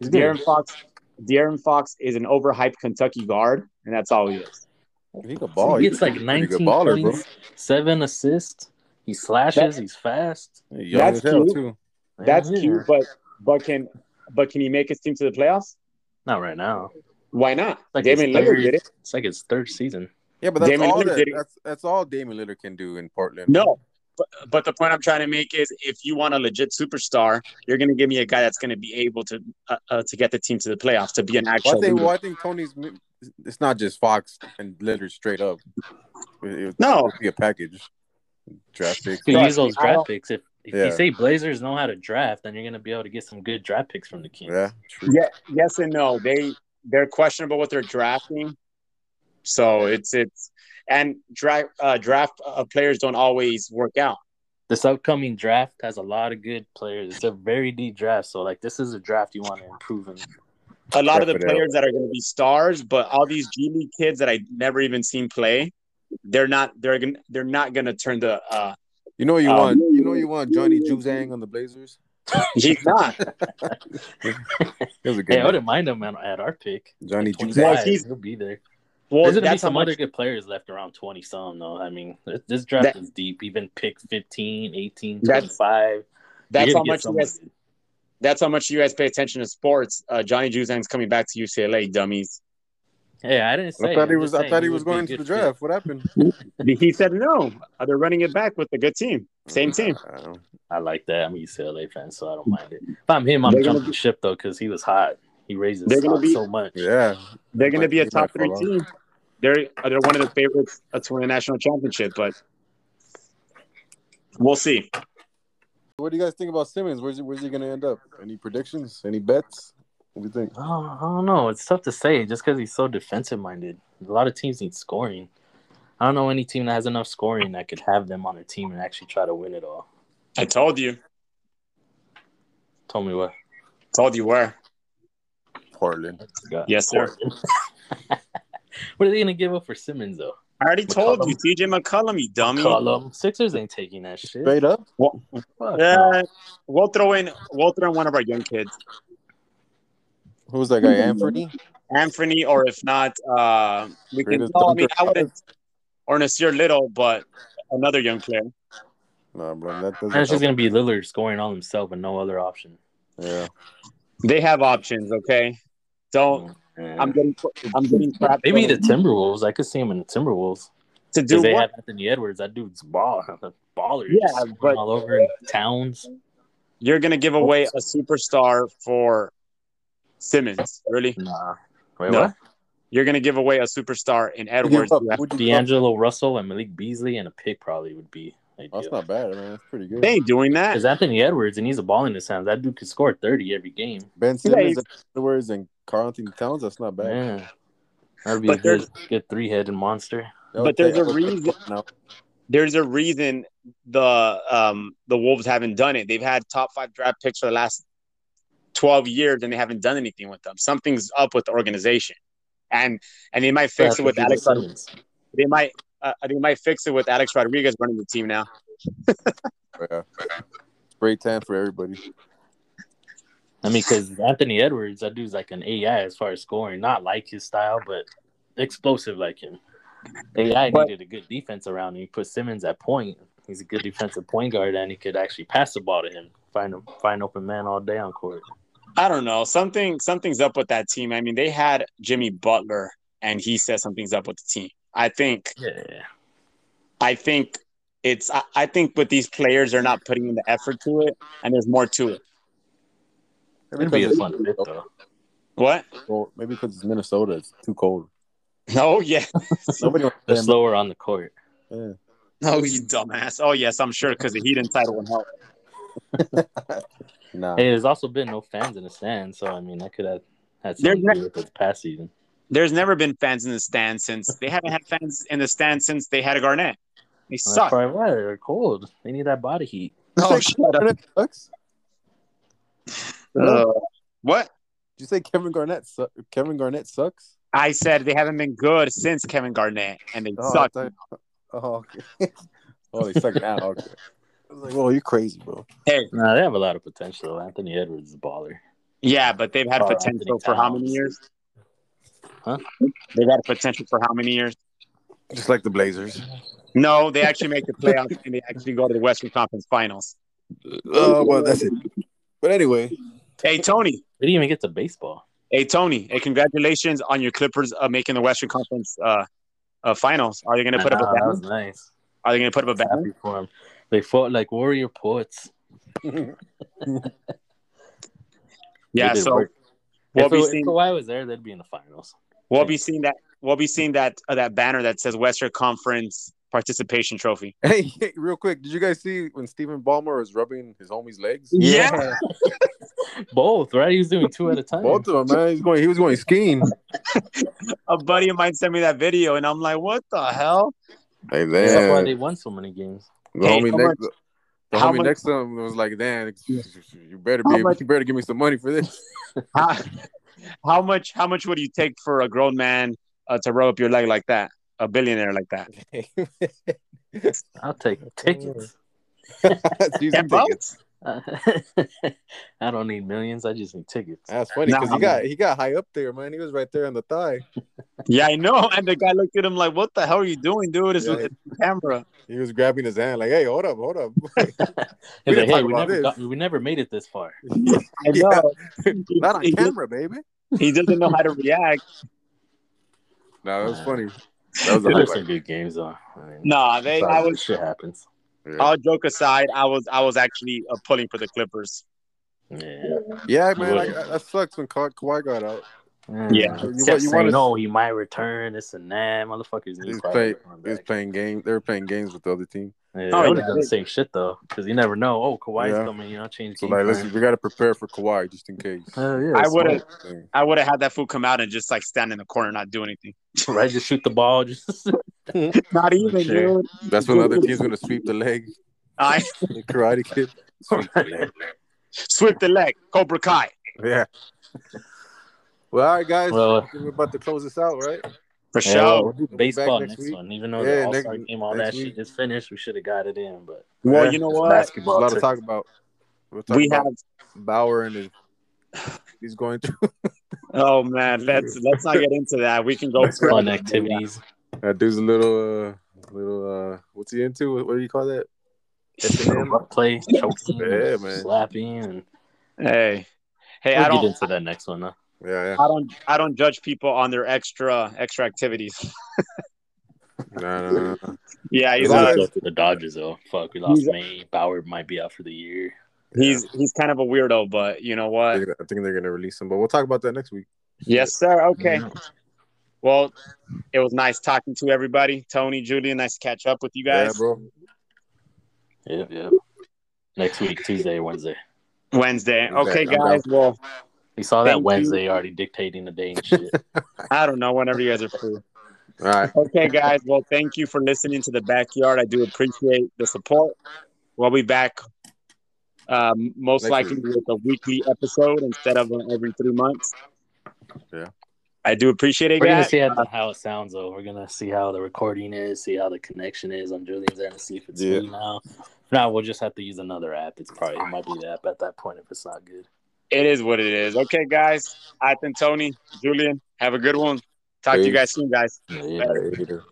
Speaker 3: He's good.
Speaker 4: De'Aaron Fox. De'Aaron Fox is an overhyped Kentucky guard, and that's all he is.
Speaker 1: he could ball.
Speaker 3: he
Speaker 1: He
Speaker 3: gets
Speaker 1: could
Speaker 3: like
Speaker 1: be a pretty good
Speaker 3: 19
Speaker 1: baller, bro.
Speaker 3: points, seven assists. He slashes. he's fast.
Speaker 1: He's Young
Speaker 4: That's
Speaker 1: as hell,
Speaker 4: cute.
Speaker 1: too.
Speaker 4: That's
Speaker 3: Yeah.
Speaker 4: cute, but but can but can he make his team to the playoffs?
Speaker 3: Not right now.
Speaker 4: Why not?
Speaker 3: Like
Speaker 4: Damian
Speaker 3: his third-
Speaker 4: Lillard did it.
Speaker 3: It's like his third season.
Speaker 1: Yeah, but that's
Speaker 4: Damian
Speaker 1: all
Speaker 4: Lillard
Speaker 1: that,
Speaker 4: did it.
Speaker 1: that's that's all Damian Lillard can do in Portland.
Speaker 4: No, but, but the point I'm trying to make is, if you want a legit superstar, you're going to give me a guy that's going to be able to uh, uh, to get the team to the playoffs, to be an
Speaker 1: Well, I
Speaker 4: actual.
Speaker 1: think
Speaker 4: leader.
Speaker 1: well, I think Tony's. It's not just Fox and Lillard straight up. It, it,
Speaker 4: No.
Speaker 1: it'd be a package. Draft picks.
Speaker 3: You
Speaker 4: Trust
Speaker 3: use those
Speaker 4: me, I don't-
Speaker 3: draft picks. If, if
Speaker 1: Yeah.
Speaker 3: you say Blazers know how to draft, then you're going to be able to get some good draft picks from the Kings.
Speaker 1: Yeah, true.
Speaker 4: Yeah, yes and no. They they're questionable what they're drafting, so it's it's and draft uh, draft uh, players don't always work out.
Speaker 3: This upcoming draft has a lot of good players. It's a very deep draft, so like this is a draft you want to improve in.
Speaker 4: A lot of the
Speaker 1: Check it out.
Speaker 4: players that are going to be stars, but all these G League kids that I never even seen play, they're not they're gonna they're not going to turn the. Uh,
Speaker 1: You know you
Speaker 4: Um,
Speaker 1: want. You know you want Johnny Juzang on the Blazers.
Speaker 4: he's not.
Speaker 1: He was a good
Speaker 3: Hey, I
Speaker 1: name.
Speaker 3: wouldn't mind him at at our pick.
Speaker 1: Johnny Juzang.
Speaker 3: 25,
Speaker 4: he's-
Speaker 3: he'll be there.
Speaker 4: Well,
Speaker 3: There's going to be
Speaker 4: that's how
Speaker 3: some
Speaker 4: much
Speaker 3: other good players left around 20 some, though. I mean, th- this draft
Speaker 4: That-
Speaker 3: is deep. Even pick 15, 18,
Speaker 4: That's-
Speaker 3: 25. You're
Speaker 4: That's
Speaker 3: gonna
Speaker 4: how
Speaker 3: get
Speaker 4: much you
Speaker 3: someone
Speaker 4: guys.
Speaker 3: good.
Speaker 4: That's how much you guys pay attention to sports. Uh, Johnny Juzang's coming back to UCLA, dummies.
Speaker 3: Hey, I didn't say.
Speaker 1: I thought he
Speaker 3: I'm
Speaker 1: was.
Speaker 3: just
Speaker 1: I
Speaker 3: saying
Speaker 1: thought he
Speaker 3: would
Speaker 1: was
Speaker 3: be a
Speaker 1: going to
Speaker 3: good
Speaker 1: the
Speaker 3: fit.
Speaker 1: draft. What happened?
Speaker 4: He said no. Uh, They're running it back with a good team, same team.
Speaker 1: Uh,
Speaker 3: I like that. I'm a UCLA fan, so I don't mind it. If I'm him, I'm
Speaker 4: They're gonna
Speaker 3: jumping ship though because he was hot. He raises
Speaker 4: They're gonna
Speaker 3: stock
Speaker 4: be-
Speaker 3: so much.
Speaker 1: yeah,
Speaker 4: They're going to be a
Speaker 1: He might
Speaker 4: top three
Speaker 1: fall off.
Speaker 4: team. They're uh, they're one of the favorites uh, to win the national championship, but we'll see.
Speaker 1: What do you guys think about Simmons? Where's he, where's he going to end up? Any predictions? Any bets? What do you think?
Speaker 3: Oh, I don't know. It's tough to say just because he's so defensive minded. A lot of teams need scoring. I don't know any team that has enough scoring that could have them on their team and actually try to win it all.
Speaker 4: I told you,
Speaker 3: Tell me what.
Speaker 4: told you where.
Speaker 1: Portland.
Speaker 3: God.
Speaker 4: Yes, sir.
Speaker 3: What are they gonna give up for Simmons though?
Speaker 4: I already told
Speaker 3: McCollum.
Speaker 4: you, CJ McCollum, you dummy.
Speaker 3: Column Sixers ain't taking that shit.
Speaker 1: Straight up.
Speaker 3: Fuck no.
Speaker 4: Yeah, Uh, we'll throw in we'll throw in one of our young kids,
Speaker 1: Who's that guy? Anthony.
Speaker 4: Anthony, or if not, uh, we can.
Speaker 1: Greatest
Speaker 4: No, I mean,
Speaker 1: dunker.
Speaker 4: I would have, or Nasir Little, but another young player.
Speaker 1: Nah, bro, that doesn't.
Speaker 3: And it's
Speaker 1: help.
Speaker 3: just gonna be Lillard scoring all himself and no other option.
Speaker 1: Yeah.
Speaker 4: They have options, okay? Don't I'm getting I'm getting crap.
Speaker 3: Maybe the Timberwolves. I could see him in the Timberwolves
Speaker 4: to do
Speaker 3: because they
Speaker 4: what?
Speaker 3: have Anthony Edwards. That dude's ball, baller.
Speaker 4: Yeah,
Speaker 3: Just scoring
Speaker 4: but-
Speaker 3: all over in towns.
Speaker 4: You're gonna
Speaker 3: Oh.
Speaker 4: give away a superstar for Simmons, really?
Speaker 3: Nah, wait,
Speaker 4: No.
Speaker 3: what?
Speaker 4: You're gonna give away a superstar in
Speaker 1: Would you
Speaker 4: Edwards?
Speaker 1: give up- would you give up-
Speaker 3: D'Angelo Russell and Malik Beasley and a pick probably would be
Speaker 1: That's
Speaker 3: ideal.
Speaker 1: not bad, man. That's pretty good.
Speaker 4: They ain't doing that.
Speaker 3: Because Anthony Edwards and he's a ball in his hands. That dude could score thirty every game.
Speaker 1: Ben
Speaker 4: Yeah,
Speaker 1: Simmons,
Speaker 4: you-
Speaker 1: Edwards, and Carl Anthony Towns. That's not bad.
Speaker 3: Yeah, that'd be
Speaker 4: But
Speaker 3: a
Speaker 4: there's-
Speaker 3: good, good three-headed monster.
Speaker 1: That would
Speaker 4: But there's
Speaker 1: take-
Speaker 4: a
Speaker 1: that would take
Speaker 4: reason-
Speaker 1: now.
Speaker 4: There's a reason the um the Wolves haven't done it. They've had top five draft picks for the last twelve years, and they haven't done anything with them. Something's up with the organization, and and they might fix it with Alex. Rod-
Speaker 3: Simmons.
Speaker 4: They might uh, they might fix it with Alex Rodriguez running the team now.
Speaker 1: Yeah. Spray tan for everybody.
Speaker 3: I mean, because Anthony Edwards, that dude's like an AI as far as scoring. Not like his style, but explosive like him. AI
Speaker 4: But-
Speaker 3: needed a good defense around him. You put Simmons at point. He's a good defensive point guard, and he could actually pass the ball to him. Find him, find open man all day on court.
Speaker 4: I don't know. Something something's up with that team. I mean, they had Jimmy Butler and he said something's up with the team. I think
Speaker 3: Yeah,
Speaker 4: I think it's I, I think with these players they're not putting in the effort to it and there's more to it.
Speaker 3: it'd be a
Speaker 1: it's-
Speaker 3: fun fit though.
Speaker 4: What?
Speaker 1: Well, maybe because it's Minnesota, it's too cold.
Speaker 4: Oh yeah.
Speaker 1: Nobody wants
Speaker 3: They're
Speaker 1: to play
Speaker 3: slower on the court.
Speaker 1: in-
Speaker 4: Oh you dumbass. Oh yes, I'm sure because the heat and title and help.
Speaker 1: yeah. Nah.
Speaker 3: Hey, there's also been no fans in the stand, so I mean, that could have had
Speaker 4: There's
Speaker 3: something to do with this past season.
Speaker 4: There's never been fans in the stand since they haven't had fans in the stand since they had a Garnett. They
Speaker 3: And
Speaker 4: suck.
Speaker 3: That's probably why they're cold. They need that body heat.
Speaker 4: Oh shut up.
Speaker 1: Garnett sucks?
Speaker 4: Uh, what?
Speaker 1: Did you say Kevin Garnett? Su- Kevin Garnett sucks.
Speaker 4: I said they haven't been good since Kevin Garnett and they
Speaker 1: Oh, I
Speaker 4: suck.
Speaker 1: thought- oh, okay. oh, they suck now. Okay. I was like, "Whoa, you crazy, bro."
Speaker 3: Nah, they have a lot of potential. Anthony Edwards is a baller.
Speaker 4: Yeah, but they've had
Speaker 3: Or
Speaker 4: potential
Speaker 3: Anthony
Speaker 4: for how
Speaker 3: Towns.
Speaker 4: many years?
Speaker 3: Huh?
Speaker 4: They've had potential for how many years?
Speaker 1: Just like the Blazers.
Speaker 4: No, they actually make the playoffs and they actually go to the Western Conference Finals.
Speaker 1: Oh well, that's it. But anyway,
Speaker 4: Hey Tony,
Speaker 3: They didn't even get to baseball.
Speaker 4: hey Tony, hey congratulations on your Clippers uh, making the Western Conference uh, uh, Finals. Are they going to put up
Speaker 3: Nah,
Speaker 4: a
Speaker 3: that
Speaker 4: banner?
Speaker 3: was nice.
Speaker 4: Are they going to put up a banner?
Speaker 3: Happy for 'em. They fought like warrior poets. They
Speaker 4: Yeah,
Speaker 3: did
Speaker 4: so
Speaker 3: work.
Speaker 4: we'll
Speaker 3: if,
Speaker 4: be
Speaker 3: it,
Speaker 4: seeing
Speaker 3: if Kawhi was there, they'd be in the finals.
Speaker 4: we'll be seeing that we'll be seeing that uh, that banner that says Western Conference Participation Trophy.
Speaker 1: hey, hey, real quick, did you guys see when Stephen Ballmer was rubbing his homie's legs?
Speaker 4: Yeah.
Speaker 3: Both, right? He was doing two at a time.
Speaker 1: Both of them, man. He's going. He was going skiing.
Speaker 4: A buddy of mine sent me that video, and I'm like, "What the hell?"
Speaker 1: Hey,
Speaker 3: That's why
Speaker 1: man.
Speaker 3: they won so many games.
Speaker 1: The
Speaker 4: Hey,
Speaker 1: homie
Speaker 4: how
Speaker 1: next, the
Speaker 4: how
Speaker 1: homie
Speaker 4: much-
Speaker 1: next to him was like, "Dan, you better
Speaker 4: How
Speaker 1: be,
Speaker 4: much-
Speaker 1: you better give me some money for this."
Speaker 4: how, how much how much would you take for a grown man uh, to rub up your leg like that a billionaire like that
Speaker 3: I'll take tickets.
Speaker 1: Season
Speaker 4: Ten bucks?
Speaker 1: tickets.
Speaker 3: I don't need millions. I just need tickets.
Speaker 1: That's funny
Speaker 4: Nah,
Speaker 1: because he got he got high up there, man. He was right there on the thigh.
Speaker 4: yeah i know and the guy looked at him like what the hell are you doing dude it's
Speaker 1: Yeah.
Speaker 4: with the camera
Speaker 1: He was grabbing his hand, like, "Hey, hold up, hold up."
Speaker 3: He's
Speaker 1: didn't
Speaker 3: like, hey,
Speaker 1: talk
Speaker 3: we
Speaker 1: about
Speaker 3: never,
Speaker 1: this.
Speaker 3: got, we never made it this far.
Speaker 4: i
Speaker 1: Yeah.
Speaker 4: know
Speaker 1: Not on
Speaker 4: he,
Speaker 1: camera, baby.
Speaker 4: he doesn't know how to react
Speaker 1: No, that was
Speaker 3: Nah.
Speaker 1: funny. That was a
Speaker 3: Those are some
Speaker 1: highlight.
Speaker 3: good games, though. I mean,
Speaker 4: nah they i
Speaker 3: sorry,
Speaker 4: was
Speaker 3: shit happens.
Speaker 1: Yeah,
Speaker 4: all joke aside i was i was actually uh, pulling for the clippers
Speaker 3: Yeah.
Speaker 1: yeah man,
Speaker 3: Would've.
Speaker 1: like, that that sucks when Ka- Kawhi got out.
Speaker 4: Yeah.
Speaker 3: Mm,
Speaker 1: You
Speaker 3: kept
Speaker 1: want- you
Speaker 3: saying,
Speaker 1: wanna-
Speaker 3: no, he might return. This and that. Motherfuckers
Speaker 1: He's
Speaker 3: need
Speaker 1: playing-
Speaker 3: private.
Speaker 1: He was playing games. They were playing games with the other team.
Speaker 3: Yeah,
Speaker 4: Oh,
Speaker 3: I would
Speaker 4: yeah.
Speaker 3: have done the same shit though, because you never know. Oh, Kawhi's
Speaker 1: Yeah.
Speaker 3: coming, you know, change.
Speaker 1: So
Speaker 3: game
Speaker 1: like,
Speaker 3: plan.
Speaker 1: listen, we got to prepare for Kawhi just in case.
Speaker 3: Hell yeah,
Speaker 4: I
Speaker 3: that's
Speaker 4: would've-
Speaker 1: Thing.
Speaker 4: i would have had that fool come out and just like stand in the corner not do anything
Speaker 3: smart. right. Just shoot the ball. Just
Speaker 4: not even
Speaker 3: Sure.
Speaker 4: dude
Speaker 1: That's when the other team's gonna sweep the leg.
Speaker 4: i
Speaker 1: The Karate Kid. Sweep the leg.
Speaker 4: sweep the leg cobra kai
Speaker 1: Yeah. Well, all right, guys. I
Speaker 3: well,
Speaker 1: think we're about to close this out, right?
Speaker 4: for
Speaker 3: yeah,
Speaker 4: sure
Speaker 3: well, we'll do
Speaker 1: We'll be
Speaker 3: baseball
Speaker 1: back next
Speaker 3: next
Speaker 1: week.
Speaker 3: one. Even though
Speaker 1: Yeah,
Speaker 3: the All Star
Speaker 1: next-
Speaker 3: game, all
Speaker 1: next
Speaker 3: that shit
Speaker 1: week.
Speaker 3: is finished. We should have got it in, but
Speaker 4: well
Speaker 1: Yeah.
Speaker 4: you know
Speaker 3: it's
Speaker 4: what
Speaker 1: There's a
Speaker 3: basketball.
Speaker 1: lot to
Speaker 3: took-
Speaker 1: talk about. We'll talk
Speaker 4: we
Speaker 1: about
Speaker 4: have
Speaker 1: Bauer and his, he's going to.
Speaker 4: Oh man, let's let's not get into that. We can go
Speaker 3: fun
Speaker 4: further.
Speaker 3: activities.
Speaker 1: That dude's a little. Uh, little uh, what's he into? What do you call that?
Speaker 3: Show up play, choking,
Speaker 1: Yeah,
Speaker 3: and
Speaker 1: man.
Speaker 3: slapping, and
Speaker 4: Hey,
Speaker 3: we'll
Speaker 4: hey, I
Speaker 3: get
Speaker 4: don't,
Speaker 3: into that next one. Huh?
Speaker 1: Yeah,
Speaker 4: I don't, I don't judge people on their extra extra activities.
Speaker 1: yeah. No, no, no, no.
Speaker 4: yeah,
Speaker 3: We
Speaker 1: Exactly.
Speaker 4: he's not,
Speaker 3: lost out to the Dodgers though. Fuck, we lost
Speaker 4: He's-
Speaker 3: May. Bauer might be out for the year.
Speaker 4: he's he's kind of a weirdo, but you know
Speaker 1: I
Speaker 4: what?
Speaker 1: think, I think they're gonna release him, but we'll talk about that next week.
Speaker 4: Yes, sir. Okay.
Speaker 3: Yeah.
Speaker 4: Well, it was nice talking to everybody. Tony, Julian, nice to catch up with you
Speaker 1: Yeah,
Speaker 4: guys.
Speaker 1: bro.
Speaker 3: Yep, yep. Next week, Tuesday, Wednesday.
Speaker 4: Wednesday. Okay,
Speaker 1: Exactly.
Speaker 4: guys. Well,
Speaker 3: We saw that
Speaker 4: Thank you.
Speaker 3: Wednesday already dictating the day and shit.
Speaker 4: I don't know whenever you guys are free.
Speaker 1: All right.
Speaker 4: Okay, guys. Well, thank you for listening to the backyard. I do appreciate the support. We'll be back um, most
Speaker 1: Next
Speaker 4: likely with a weekly episode instead of every three months.
Speaker 1: Yeah.
Speaker 4: I do appreciate it,
Speaker 3: We're gonna
Speaker 4: guys.
Speaker 3: see how, how it sounds though. We're gonna see how the recording is, see how the connection is on Julian's end, see if it's
Speaker 1: Yeah.
Speaker 3: smooth now. If not, we'll just have to use another app. It's probably it might be the app at that point if it's not good.
Speaker 4: It is what it is. Okay, guys. I think Tony, Julian, have a good one. Talk to you
Speaker 1: Peace.
Speaker 4: guys soon, guys.
Speaker 3: Yeah.
Speaker 1: Later.